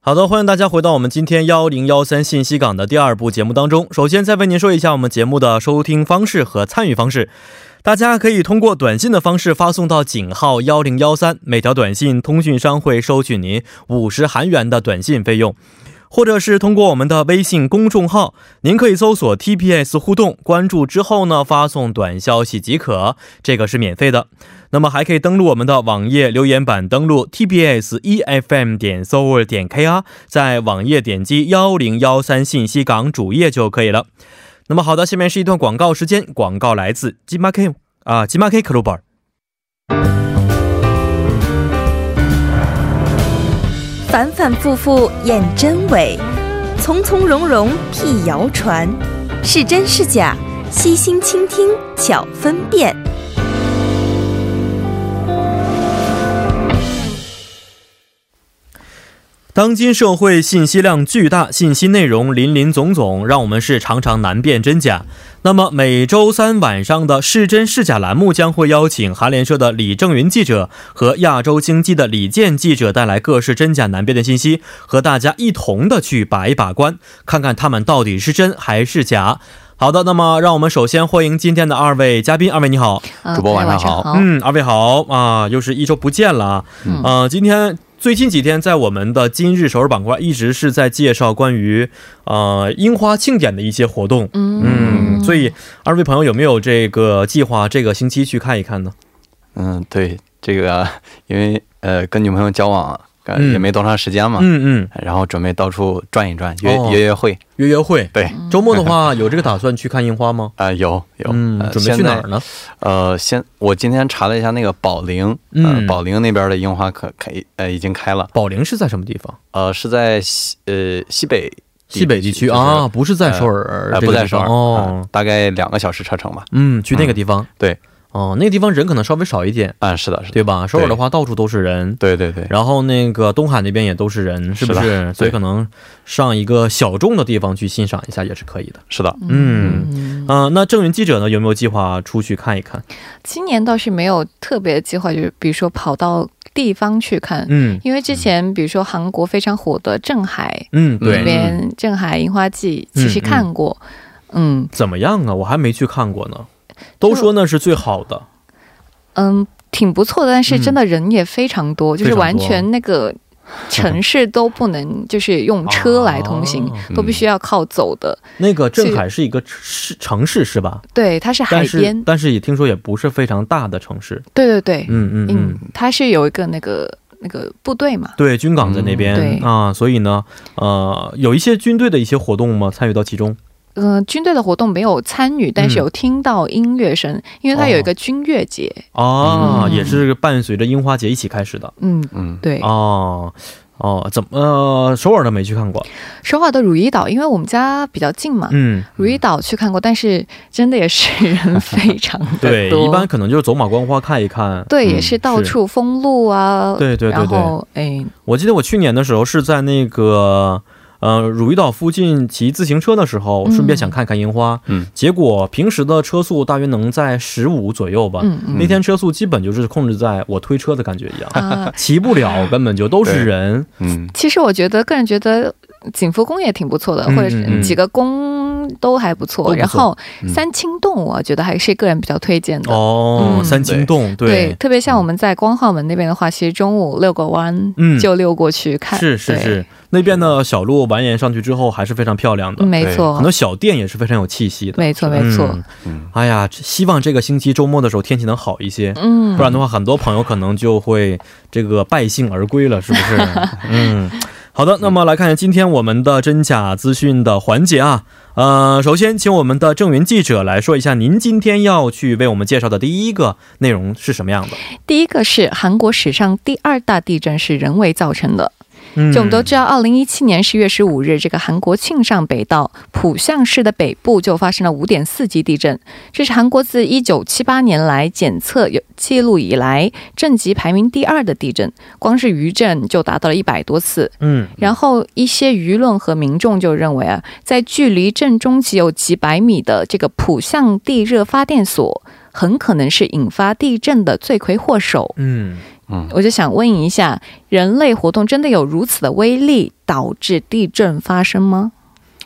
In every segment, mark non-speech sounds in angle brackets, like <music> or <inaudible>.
好的，欢迎大家回到我们今天幺零幺三信息港的第二部节目当中。首先，再为您说一下我们节目的收听方式和参与方式。大家可以通过短信的方式发送到井号幺零幺三，每条短信通讯商会收取您五十韩元的短信费用，或者是通过我们的微信公众号，您可以搜索 TPS 互动，关注之后呢发送短消息即可，这个是免费的。那么还可以登录我们的网页留言板，登录 tbs efm E 点 s o u r 点 kr，在网页点击幺零幺三信息港主页就可以了。那么好的，下面是一段广告时间，广告来自金马 K 啊，金马 K Club。反反复复验真伪，从从容容辟谣传，是真是假，悉心倾听巧分辨。当今社会信息量巨大，信息内容林林总总，让我们是常常难辨真假。那么每周三晚上的“是真是假”栏目将会邀请韩联社的李正云记者和亚洲经济的李健记者带来各式真假难辨的信息，和大家一同的去把一把关，看看他们到底是真还是假。好的，那么让我们首先欢迎今天的二位嘉宾，二位你好，呃主播各位晚上晚上好好，嗯，二位好啊，又是一周不见了啊。嗯呃，今天最近几天在我们的今日首尔板块一直是在介绍关于呃樱花庆典的一些活动。嗯，所以二位朋友有没有这个计划这个星期去看一看呢？嗯，对，这个因为呃跟女朋友交往、呃嗯也没多长时间嘛、哎嗯嗯，然后准备到处转一转，约、哦约约会。约约会。对，嗯周末的 <laughs> 话有这个打算去看樱花吗？啊、有有、嗯，呃准备去哪儿现在呢？呃，先我今天查了一下那个宝林，嗯呃，宝林那边的樱花可可以呃已经开了，宝林是在什么地方？呃是在西呃西北西北地区就是啊，不是在首尔呃这个地方，不在首尔哦呃。大概两个小时车程吧。嗯，去那个地方。对，哦，那个地方人可能稍微少一点，啊、是的，是的，对吧？首尔的话到处都是人。对对对，然后那个东海那边也都是人，是不是？是的所以对可能上一个小众的地方去欣赏一下也是可以的。是的，嗯，啊、那郑云记者呢，有没有计划出去看一看？今年倒是没有特别的计划，就是比如说跑到地方去看，嗯因为之前比如说韩国非常火的镇海嗯，那对，边镇海樱花季，嗯其实看过，嗯怎么样啊？我还没去看过呢，都说那是最好的。嗯，挺不错的，但是真的人也非常嗯多，就是完全那个。城市都不能就是用车来通行，哦都必须要靠走的。那个镇海是一个市城市是吧？对，它是海但边是，但是也听说也不是非常大的城市。对对对，嗯嗯嗯，它是有一个那个那个部队嘛，对，军港在那边、嗯对啊，所以呢，呃，有一些军队的一些活动吗？参与到其中？嗯，军队的活动没有参与，嗯但是有听到音乐声，因为它哦有一个军乐节。啊，嗯也是伴随着樱花节一起开始的。嗯，嗯，对。哦哦，怎么呃，首尔的没去看过？首尔的汝矣岛，因为我们家比较近嘛，嗯，汝矣岛去看过，但是真的也是人非常的 <laughs> 多。对，一般可能就是走马观花看一看。对嗯也是到处封路啊。对对对然对，后哎，我记得我去年的时候是在那个呃汝矣岛附近骑自行车的时候，嗯顺便想看看樱花。嗯，结果平时的车速大约能在十五左右吧。嗯嗯那天车速基本就是控制在我推车的感觉一样，啊，骑不了，根本就都是人。嗯，其实我觉得个人觉得景福宫也挺不错的，嗯或者嗯嗯是几个宫都还都不不错。错然后嗯三清洞，我觉得还是个人比较推荐的。哦，嗯三清洞，对，特别像我们在光化门那边的话，其实中午遛个弯，嗯就溜过去看，是是对，是，那边的小路蜿蜒上去之后还是非常漂亮的嗯。没很错多，小店也是非常有气息的。没错，没错，嗯嗯哎呀，这希望这个星期周末的时候天气能好一些，嗯，不然的话，很多朋友可能就会这个败兴而归了，是不 <laughs> 是？嗯，好的，那么来看一下今天我们的真假资讯的环节啊。呃，首先请我们的郑云记者来说一下，您今天要去为我们介绍的第一个内容是什么样的？第一个是韩国史上第二大地震是人为造成的。嗯就我们都知道，二零一七年十月十五日，这个韩国庆尚北道浦项市的北部就发生了五点四级地震，这是韩国自一九七八年来检测有记录以来震级排名第二的地震，光是余震就达到了一百多次。嗯然后一些舆论和民众就认为啊，在距离震中只有几百米的这个浦项地热发电所，很可能是引发地震的罪魁祸首。嗯嗯，我就想问一下，人类活动真的有如此的威力导致地震发生吗？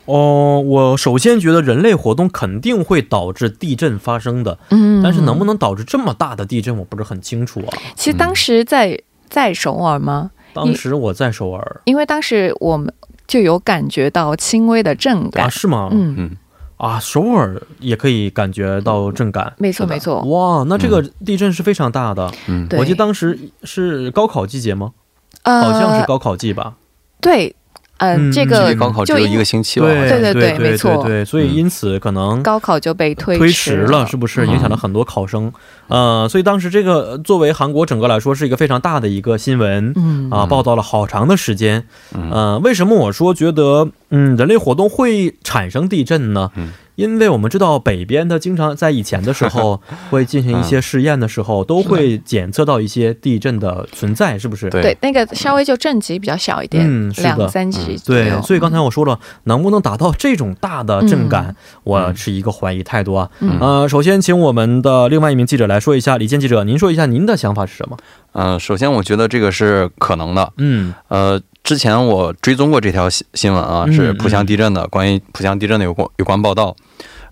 哦，我首先觉得人类活动肯定会导致地震发生的，嗯但是能不能导致这么大的地震，我不是很清楚啊。其实当时在在首尔吗？当时我在首尔因为当时我们就有感觉到轻微的震啊，感。是吗？嗯，嗯，啊，首尔也可以感觉到震感。没错是的没错，哇，那这个地震是非常大的。嗯对，我记得当时是高考季节吗？呃好像是高考季吧。对，嗯，嗯这距个离高考只有就因一个星期吧，好像对对对没错对对，所以因此可能高考就被推嗯推迟迟了，是不嗯是影响了很多考生？呃，所以当时这个呃作为韩国整个来说是一个非常大的一个新闻。嗯啊，报道了好长的时间。嗯呃，为什么我说觉得嗯人类活动会产生地震呢？嗯因为我们知道北边它经常在以前的时候 <laughs> 会进行一些试验的时候，都会检测到一些地震的存在，是不是？对对，那个稍微就震级比较小一点，嗯是的两三级左右、对，所以刚才我说了，能不能达到这种大的震感，嗯我持一个怀疑态度啊。嗯呃，首先请我们的另外一名记者来说一下，李健记者，您说一下您的想法是什么？嗯、首先我觉得这个是可能的，嗯呃，之前我追踪过这条新新闻啊，嗯是浦项地震的，关于浦项地震的有关有关报道。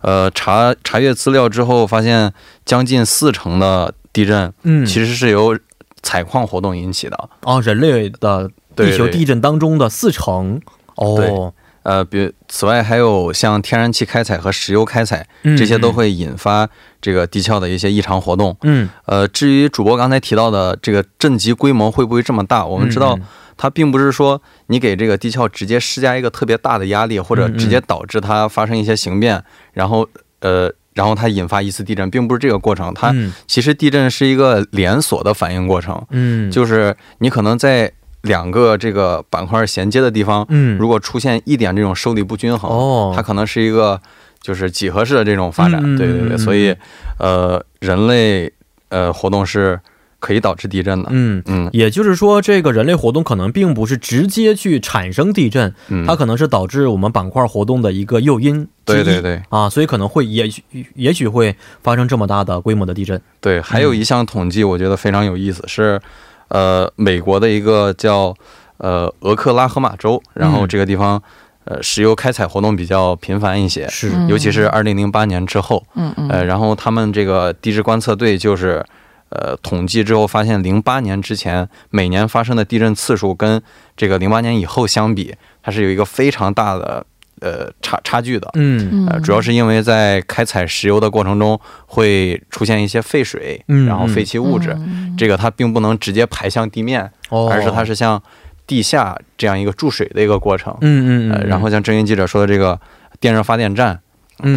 呃，查查阅资料之后，发现将近四成的地震嗯，其实是由采矿活动引起的。哦，人类的对地球对地震当中的四成哦，呃，比此外还有像天然气开采和石油开采，嗯这些都会引发这个地壳的一些异常活动。嗯，呃，至于主播刚才提到的这个震级规模会不会这么大，我我们知道它并不是说你给这个地壳直接施加一个特别大的压力，或者嗯直接导致它发生一些形变，然后呃，然后它引发一次地震，并不是这个过程。它嗯其实地震是一个连锁的反应过程，嗯就是你可能在两个这个板块衔接的地方，嗯如果出现一点这种受力不均衡，哦它可能是一个就是几何式的这种发展。嗯嗯对对嗯对，嗯所以呃，人类呃活动是可以导致地震的。嗯。嗯也就是说，这个人类活动可能并不是直接去产生地震，嗯，它可能是导致我们板块活动的一个诱因之一对对对啊，所以可能会也许也许会发生这么大的规模的地震。对，还有一项统计，我觉得非常有意思，是呃，美国的一个叫呃俄克拉荷马州，然后嗯这个地方呃石油开采活动比较频繁一些，是，嗯尤其是二零零八年之后，嗯嗯哎呃，然后他们这个地质观测队就是。呃，统计之后发现，零八年之前每年发生的地震次数跟这个零八年以后相比，它是有一个非常大的呃差差距的。嗯呃，主要是因为在开采石油的过程中会出现一些废水，嗯然后废弃物质，嗯这个它并不能直接排向地面，哦，而是它是向地下这样一个注水的一个过程。嗯嗯嗯、呃，然后像郑云记者说的这个电热发电站，嗯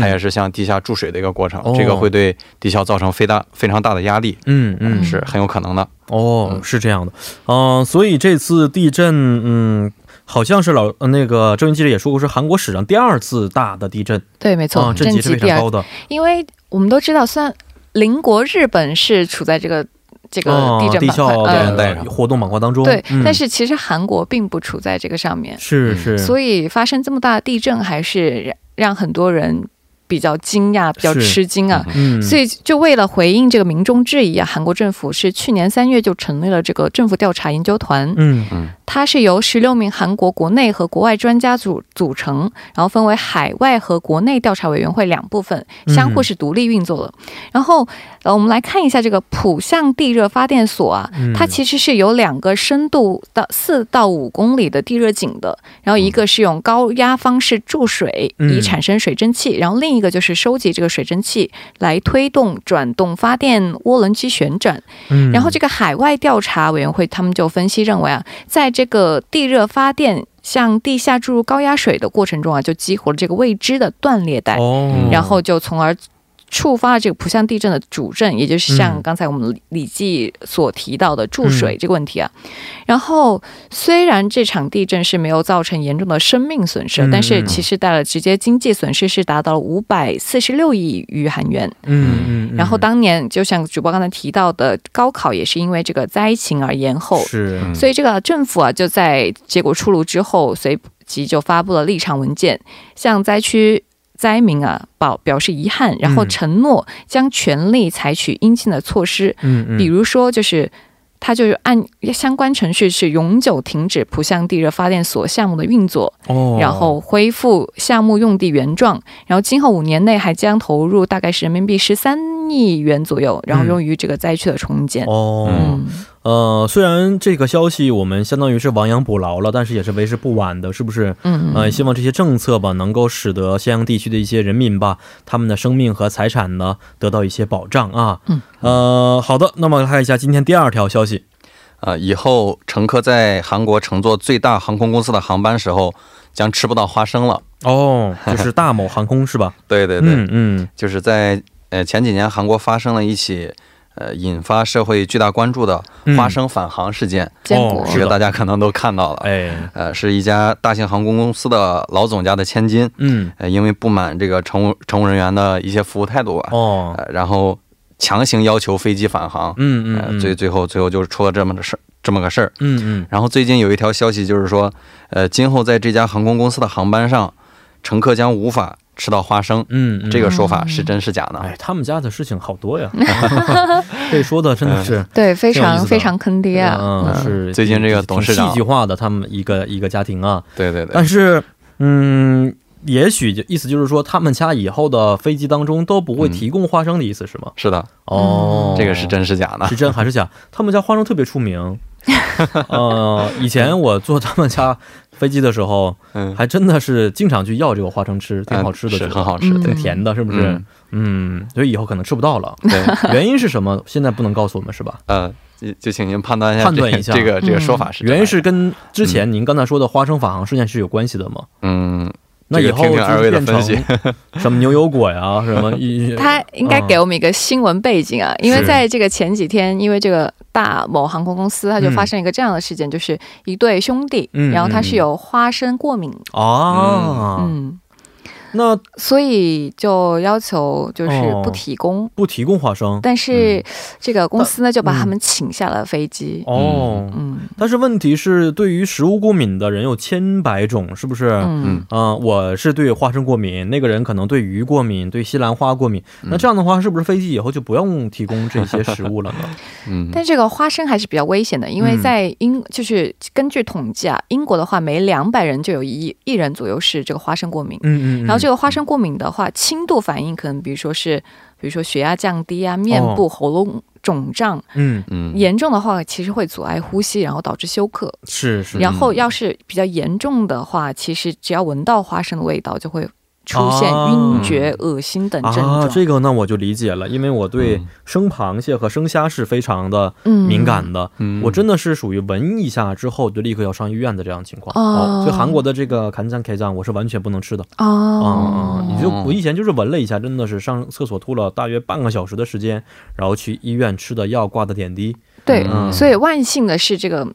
它也是向地下注水的一个过程，哦这个会对地壳造成非大非常大的压力，嗯嗯是很有可能的。哦，是这样的，嗯、所以这次地震，嗯，好像是老呃那个郑云记者也说过，是韩国史上第二次大的地震对，没啊、错，震震级是级非第常二，高的，因为我们都知道，虽然邻国日本是处在这个这个啊地震地板块，壳的呃，带的上活动板块当中，对、嗯但是其实韩国并不处在这个上面，是嗯是，所以发生这么大的地震，还是让让很多人比较惊讶、比较是吃惊啊。嗯嗯，所以，就为了回应这个民众质疑啊，韩国政府是去年三月就成立了这个政府调查研究团，嗯它是由十六名韩国国内和国外专家组组成，然后分为海外和国内调查委员会两部分，嗯相互是独立运作的。然后，呃，我们来看一下这个浦项地热发电所啊，嗯它其实是有两个深度到四到五公里的地热井的，然后一个是用高压方式注水，嗯以产生水蒸气，然后另一个就是收集这个水蒸气来推动转动发电涡轮机旋转。嗯，然后这个海外调查委员会他们就分析认为啊，在这个地热发电向地下注入高压水的过程中啊，就激活了这个未知的断裂带，哦，然后就从而。触发了这个浦项地震的主震，也就是像嗯刚才我们李李记所提到的注水这个问题啊。然后，虽然这场地震是没有造成严重的生命损失，嗯但是其实带来的直接经济损失是达到了五百四十六亿余韩元。嗯嗯，然后当年就像主播刚才提到的，高考也是因为这个灾情而延后，是嗯所以这个政府啊就在结果出炉之后，随即就发布了立场文件，向灾区。灾民啊，表表示遗憾，嗯然后承诺将全力采取应尽的措施，嗯嗯，比如说就是它就是按相关程序是永久停止浦项地热发电所项目的运作，哦，然后恢复项目用地原状，然后今后五年内还将投入大概是人民币十三亿元左右，然后用于这个灾区的重建。哦、嗯，呃，虽然这个消息我们相当于是亡羊补牢了，但是也是为时不晚的，是不是？嗯呃，希望这些政策吧，能够使得襄阳地区的一些人民吧，他们的生命和财产呢，得到一些保障啊。嗯。呃，好的，那么看一下今天第二条消息。呃，以后乘客在韩国乘坐最大航空公司的航班时候，将吃不到花生了。哦，就是大某航空是吧？ <laughs> 对对对，嗯嗯，就是在呃前几年韩国发生了一起呃引发社会巨大关注的嗯花生返航事件，坚哦果，是这的个大家可能都看到了。哎，呃，是一家大型航空公司的老总家的千金，嗯，呃，因为不满这个乘务乘务人员的一些服务态度吧，哦，呃，然后强行要求飞机返航，嗯呃，嗯，最最后最后就是出了这么个事儿，这么个事儿。嗯嗯然后最近有一条消息，就是说，呃，今后在这家航空公司的航班上，乘客将无法吃到花生。嗯嗯，这个说法是真是假呢？哎，他们家的事情好多 <laughs> 呀，这说的真的是。对，非挺有意思常的非常坑爹啊！嗯，是最近这个董事长挺戏剧化的，他们一个一个家庭啊，对对对但，是，嗯，也许就意思就是说，他们家以后的飞机当中都不会提供花生的意思是吗？是的，哦，嗯这个是真是假呢是？真还是 <laughs> 假？他们家花生特别出名。呃，以前我坐他们家飞机的时候，嗯，啊还真的是经常去要这个花生吃，挺好吃的，是觉很得好吃的，挺对甜的，是不是？嗯，所以以后可能吃不到 <laughs> 了。对，原因是什么？现在不能告诉我们，是吧？呃，就就请您判断一下，判断一下这个这个嗯说法是真原因是还假跟之前您刚才说的花生返航事件是有关系的吗？嗯，那以后这个听听就二是位的变成分析什么牛油果呀，什 <laughs> 么一他应该给我们一个新闻背景嗯啊，因为在这个前几天，因为这个大某航空公司，它就发生一个这样的事件，就是一对兄弟，嗯然后他是有花生过敏，啊、嗯，那所以就要求就是哦不提供。不提供花生但是这个公司呢，就把嗯他们请下了飞机。哦、嗯但是问题是，对于食物过敏的人有千百种，是不是？嗯嗯，我是对花生过敏，那个人可能对鱼过敏，对西兰花过敏。嗯那这样的话，是不是飞机以后就不用提供这些食物了呢？嗯，但这个花生还是比较危险的，因为嗯在英就是根据统计啊，英国的话每两百人就有一一人左右是这个花生过敏。嗯嗯嗯。 <laughs> 然后这个花生过敏的话，轻度反应可能比如说是，比如说血压降低啊，面部、喉咙肿胀，哦嗯嗯，严重的话其实会阻碍呼吸，然后导致休克。是是然后要是比较严重的话，其实只要闻到花生的味道就会出现啊晕厥、恶心等症状。啊，这个那我就理解了，因为我对嗯生螃蟹和生虾是非常的嗯敏感的。嗯我真的是属于闻一下之后就立刻要上医院的这样情况。哦所以韩国的这个坎酱 K 酱我是完全不能吃的。哦，啊、嗯，你就我以前就是闻了一下，真的是上厕所吐了大约半个小时的时间，然后去医院吃的药、挂的点滴。对，嗯所以万幸的是这个，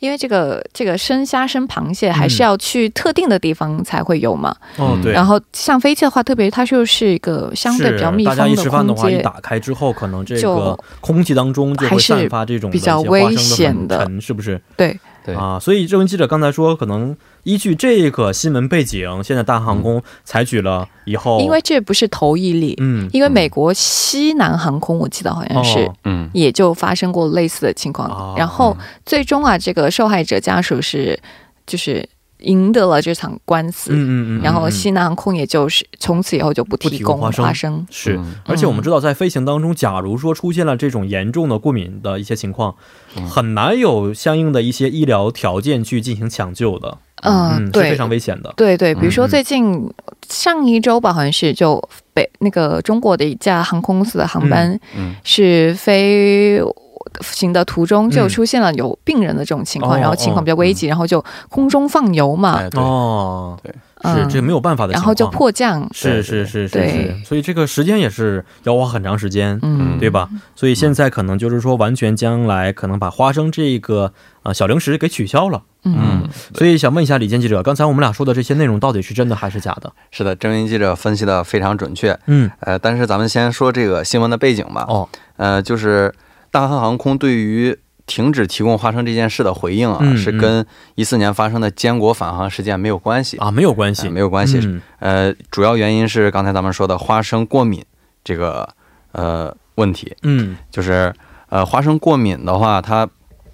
因为这个这个生虾、生螃蟹还是嗯要去特定的地方才会有嘛。哦，嗯对。然后像飞机的话，特别它就是一个相对比较是密大封家一吃饭空的话，一间，打开之后，可能这个就空气当中就会还是散发这种比较的一些花危生险的粉尘，是不是？对，对啊，所以这位记者刚才说，可能依据这个新闻背景，现在大嗯航空采取了以后，因为这不是头一例，哦嗯因为美国西南航空我记得好像是。哦嗯也就发生过类似的情况，哦然后最终啊，这个受害者家属是就是赢得了这场官司，嗯嗯嗯，然后嗯西南航空也就是从此以后就不不提提供供花生花生，是嗯，而且我们知道，在飞行当中，假如说出现了这种严重的过敏的一些情况，嗯很难有相应的一些医疗条件去进行抢救的，嗯，嗯，是非对，常危险的。对对，比如说嗯最近上一周吧，好像是就北那个中国的一架航空公司的航班嗯是飞。呃行的途中就嗯出现了有病人的这种情况，哦然后情况比较危急，然后就空中放油嘛，哎对，哦，是嗯这没有办法的情然况，后就迫降，是是是是是对，所以这个时间也是要花很长时间。嗯，对吧？所以现在可能就是说，完全将来可能把花生这个啊、呃小零食给取消了。嗯，嗯，所以想问一下李健记者，刚才我们俩说的这些内容到底是真的还是假的？是的，郑云记者分析的非常准确。嗯，呃，但是咱们先说这个新闻的背景吧。哦，呃，就是大韩航空对于停止提供花生这件事的回应啊，嗯是跟一四年发生的坚果返航事件没有关系啊，没有关系，呃没有关系、嗯呃，主要原因是刚才咱们说的花生过敏这个呃问题，嗯就是呃花生过敏的话，它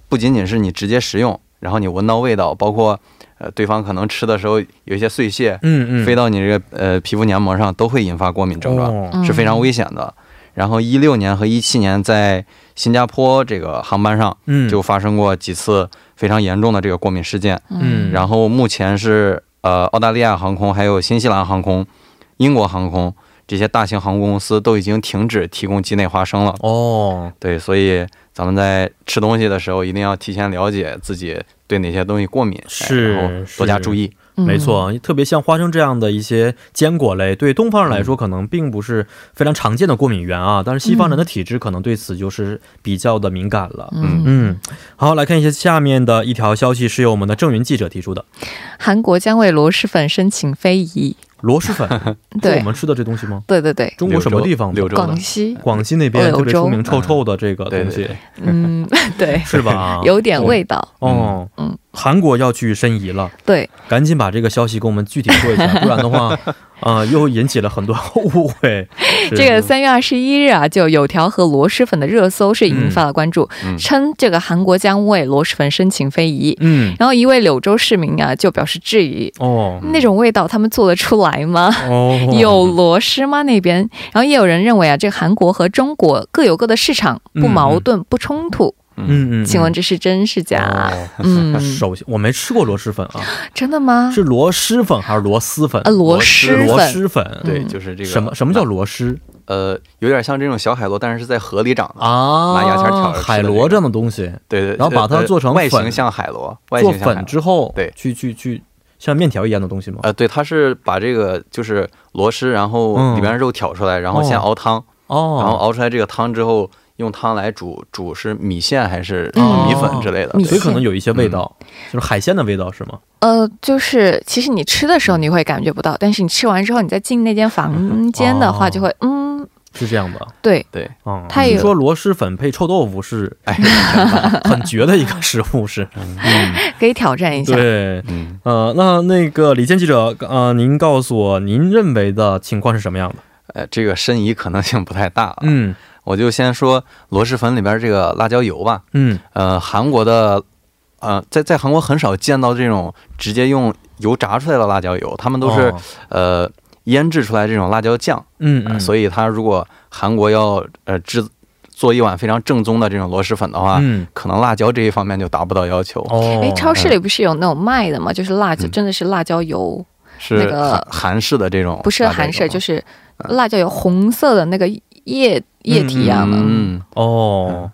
不仅仅是你直接食用，然后你闻到味道，包括呃对方可能吃的时候有一些碎屑嗯嗯，飞到你这个呃皮肤黏膜上，都会引发过敏症状。哦嗯是非常危险的。然后一六年和一七年在新加坡这个航班上嗯，就发生过几次非常严重的这个过敏事件。嗯然后目前是呃澳大利亚航空、还有新西兰航空、英国航空这些大型航空公司都已经停止提供鸡内花生了。哦，对，所以咱们在吃东西的时候一定要提前了解自己对哪些东西过敏，哎是然后多加是注意。嗯没，错，特别像花生这样的一些坚果类，对东方人来说可能并不是非常常见的过敏源啊，但是西方人的体质可能对此就是比较的敏感了。嗯嗯，嗯，好，来看一下下面的一条消息，是由我们的郑云记者提出的。韩国将为螺蛳粉申请非遗。螺蛳 <laughs> 粉是我对们吃的这东西吗？对对对，中国什么地方？柳州柳州广的西，广西那边特别出名，柳州臭臭的这个对东对西对， <laughs> 嗯，对，？是吧 <laughs> 有点味道。哦，嗯，韩国要去申遗了，对，赶紧把这个消息给我们具体说一下，不然的话， <laughs> 啊、又引起了很多误会。是这个三月二十一日啊，就有条和螺蛳粉的热搜是引发了关注，嗯嗯称这个韩国将为螺蛳粉申请非遗。嗯，然后一位柳州市民啊，就表示质疑：哦那种味道他们做得出来吗？哦，有螺蛳吗？那边，然后也有人认为啊，这个韩国和中国各有各的市场，嗯不矛盾，不冲突。嗯，嗯嗯，请问这是真是假？哦 <laughs> 嗯，首先我没吃过螺蛳粉啊，真的吗？是螺蛳粉还是螺蛳粉？啊，螺蛳螺粉，蛳粉，对，嗯就是这个什么什么叫螺蛳呃，有点像这种小海螺，但是是在河里长的。啊？拿牙签挑着吃的那个海螺这样的东西，对对，然后把它呃做成外粉形像海螺，外做形像海粉螺之后，对去去去，像面条一样的东西吗？呃，对，它是把这个就是螺蛳，然后嗯里边肉挑出来，然后先哦熬汤，哦，然后熬出来这个汤之后，用汤来煮煮是米线还是哦嗯米粉之类的？米所对以可能有一些味嗯道，就是海鲜的味道是吗？呃，就是其实你吃的时候你会感觉不到，但是你吃完之后，你再进那间房间的话，哦就会嗯，是这样的，对，对，嗯，它也听有说螺蛳粉配臭豆腐 <laughs> 是哎，嗯真棒很绝的一个食物，是，哎嗯，可以挑战一下。对，嗯，呃，那那个李健记者，呃，您告诉我您认为的情况是什么样的？ <laughs> 呃，这个申遗可能性不太大啊，嗯我就先说螺蛳粉里边这个辣椒油吧，嗯，呃，韩国的，呃，在在韩国很少见到这种直接用油炸出来的辣椒油，他们都是、哦，呃腌制出来这种辣椒酱。嗯呃嗯，所以它如果韩国要呃制做一碗非常正宗的这种螺蛳粉的话，嗯可能辣椒这一方面就达不到要求。哦，哎，超市里不是有那种卖的吗？就是辣椒，嗯真的是辣椒油，是那个韩韩式的这种，不是韩式，就是是辣椒油，红色的那个液液体一啊样的。嗯哦。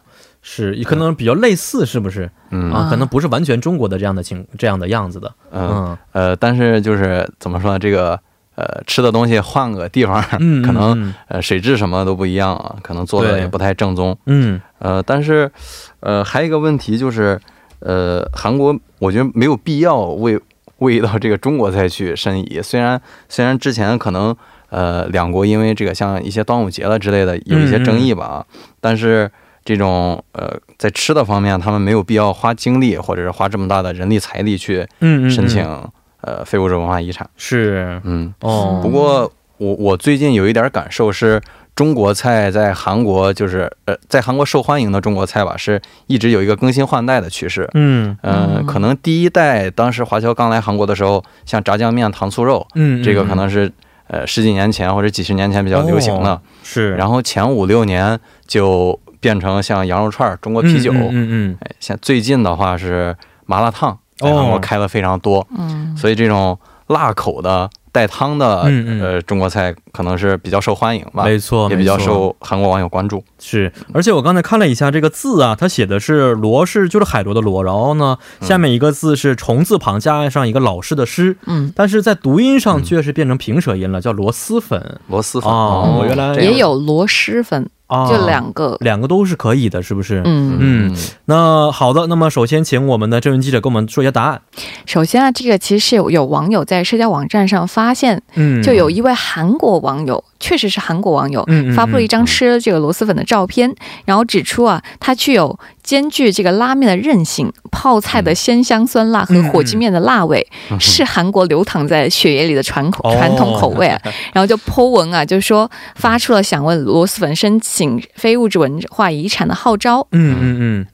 是，可能比较类似，是不是嗯啊？嗯可能不是完全中国的这样的情这样的样子的，嗯嗯呃，但是就是怎么说呢，这个呃吃的东西换个地方，嗯， <laughs> 可能嗯呃水质什么都不一样啊，可能做的对也不太正宗。嗯呃，但是呃还有一个问题就是，呃，韩国我觉得没有必要为为到这个中国再去申遗，虽然虽然之前可能呃两国因为这个像一些端午节了之类的有一些争议吧嗯啊，但是。这种呃，在吃的方面，他们没有必要花精力，或者是花这么大的人力财力去嗯嗯，申请、嗯呃非物质文化遗产。是嗯，哦，不过我我最近有一点感受是，中国菜在韩国就是呃，在韩国受欢迎的中国菜吧，是一直有一个更新换代的趋势。嗯嗯、嗯可能第一代当时华侨刚来韩国的时候，像炸酱面、糖醋肉，嗯，这个嗯可能是呃十几年前或者几十年前比较流行的。哦是，后然后前五六年就变成像羊肉串、中国啤酒，嗯嗯嗯哎，像最近的话是麻辣烫，在韩哦国开了非常多。嗯，所以这种辣口的带汤的、嗯嗯呃中国菜可能是比较受欢迎吧，没错，也比较没错受韩国网友关注。是。而且我刚才看了一下这个字啊，它写的是“螺”是就是海螺的“螺”，然后呢，下面一个字是虫字旁加上一个老师的“师”，嗯，但是在读音上却是变成平舌音了，叫螺蛳粉螺蛳粉啊哦我原来这样也有螺蛳粉，啊，就两个。两个都是可以的，是不是？嗯，嗯那好的，那么首先请我们的郑云记者给我们说一下答案。首先啊，这个其实是有有网友在社交网站上发现，嗯，就有一位韩国网友，确实是韩国网友，嗯嗯嗯发布了一张吃这个螺蛳粉的照片，然后指出啊，它具有兼具这个拉面的韧性、泡菜的鲜香酸辣和火鸡面的辣味， <laughs> 嗯是韩国流淌在血液里的传口哦传统口 <laughs> 味啊。然后就 Po 文啊，就说发出了想为螺蛳粉申请非物质文化遗产的号召。嗯嗯嗯，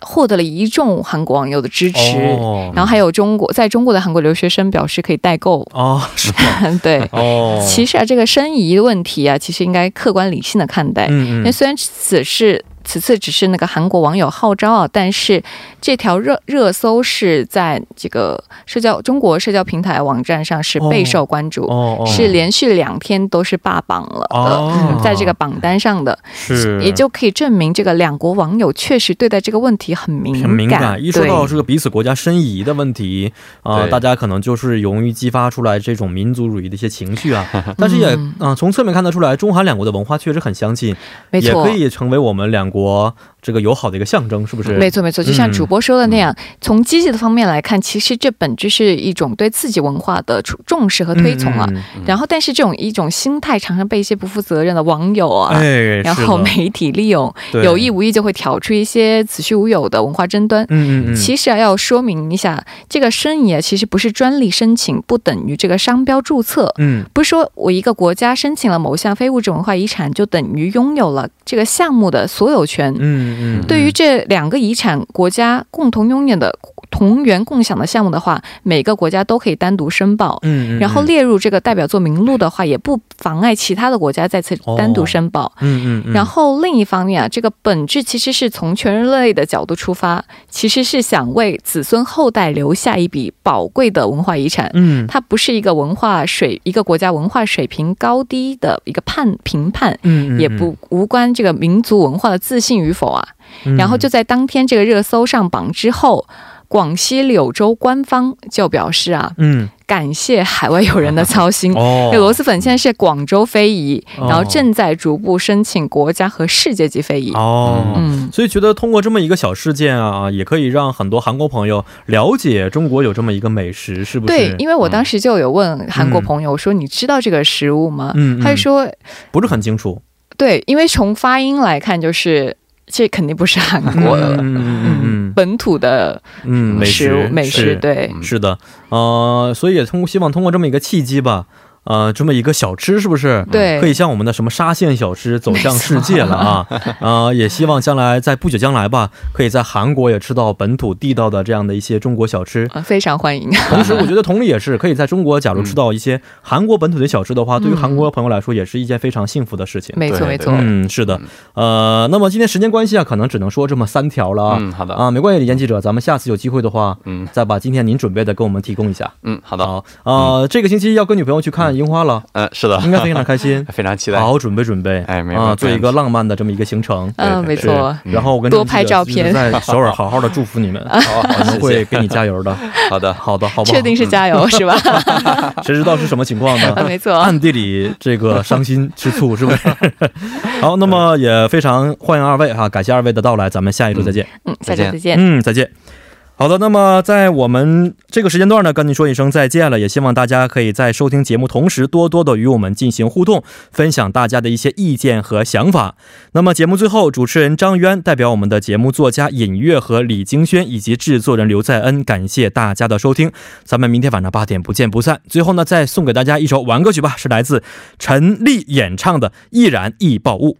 获得了一众韩国网友的支持。哦然后还有中国在中国的韩国留学生表示可以代购，嗯哦， <laughs> 是吗？对。哦，其实啊，这个申遗的问题啊，其实应该客观理性的看待。嗯因为嗯，虽然此事此次只是那个韩国网友号召啊，但是这条热热搜是在这个社交中国社交平台网站上是备受关注，哦哦，是连续两天都是霸榜了的。哦嗯在这个榜单上的，是也就可以证明这个两国网友确实对待这个问题很敏感。很敏感，一说到对这个彼此国家申遗的问题啊、对大家可能就是容易激发出来这种民族主义的一些情绪 <laughs> 啊。但是也嗯嗯、呃从侧面看得出来，中韩两国的文化确实很相近，没也错可，以成为我们两国这个友好的一个象征，是不是？没错，没错，嗯就像主播说的那样，从积极的方面来看，其实这本质是一种对自己文化的重重视和推崇啊。嗯嗯然后，但是这种一种心态常常被一些不负责任的网友嗯啊。哎，然是后的媒体利用，对有意无意就会挑出一些子虚乌有的文化争端。嗯嗯嗯，其实啊，要说明一下，这个申遗啊，其实不是专利申请，不等于这个商标注册。嗯不是说我一个国家申请了某项非物质文化遗产，就等于拥有了这个项目的所有权。嗯嗯，对于这两个遗产国家共同拥有的同源共享的项目的话，每个国家都可以单独申报。嗯，嗯然后，列入这个代表作名录的话，也不妨碍其他的国家再次单独申报。哦嗯嗯嗯，然后另一方面啊，这个本质其实是从全人类的角度出发，其实是想为子孙后代留下一笔宝贵的文化遗产。嗯它不是一个文化水，一个国家文化水平高低的一个判评判，嗯嗯也不无关这个民族文化的自信与否啊。嗯然后就在当天这个热搜上榜之后，广西柳州官方就表示啊，嗯感谢海外友人的操心。哦，这哎螺蛳粉现在是广州非遗，哦然后正在逐步申请国家和世界级非遗。哦。嗯，所以觉得通过这么一个小事件啊，也可以让很多韩国朋友了解中国有这么一个美食，是不嗯是？对，因为我当时就有问韩国朋友说：“你知道这个食物吗？”嗯嗯他就说不是很清楚。：“对，因为从发音来看，就是这肯定不是韩国嗯嗯嗯嗯本土的嗯，美食食物美食。对，是是的，呃，所以也通过希望通过这么一个契机吧，呃，这么一个小吃是不是？对可以像我们的什么沙县小吃走向世界了 <laughs> 啊！呃，也希望将来在不久将来吧，可以在韩国也吃到本土地道的这样的一些中国小吃。呃非常欢迎。同时，我觉得同理也是，可以在中国假如吃到一些韩国本土的小吃的话，对于韩国朋友来说也是一件非常幸福的事情。没错，对没对错。嗯，是的，呃，那么今天时间关系啊，可能只能说这么三条了啊。嗯好的啊，没关系，李岩记者，咱们下次有机会的话，嗯再把今天您准备的给我们提供一下。嗯，好的，好，呃，这个星期要跟女朋友去看樱花了，嗯，是的，应该非常开心 <laughs> ，非常期待好。好准备准备，哎没问题啊，做一个浪漫的这么一个行程。对嗯，对没对错。是然后我跟多张记者拍照片就是在首尔好好的祝福 <laughs> 你们，好，我们好，会谢给谢。你加油的。 <laughs> 好的，好的，好不好？嗯确定是加油是吧？ <laughs> 谁知道是什么情况呢？没错，暗地里这个伤心吃醋是不 <laughs> 是？好，那么也非常欢迎二位哈，感谢二位的到来，咱们下一周再见。嗯，下再周见再见。嗯，再见。好的，那么在我们这个时间段呢，跟您说一声再见了，也希望大家可以在收听节目同时，多多的与我们进行互动，分享大家的一些意见和想法。那么节目最后，主持人张渊代表我们的节目作家尹月和李京轩以及制作人刘在恩，感谢大家的收听，咱们明天晚上八点不见不散。最后呢，再送给大家一首玩歌曲吧，是来自陈粒演唱的《易燃易爆物》。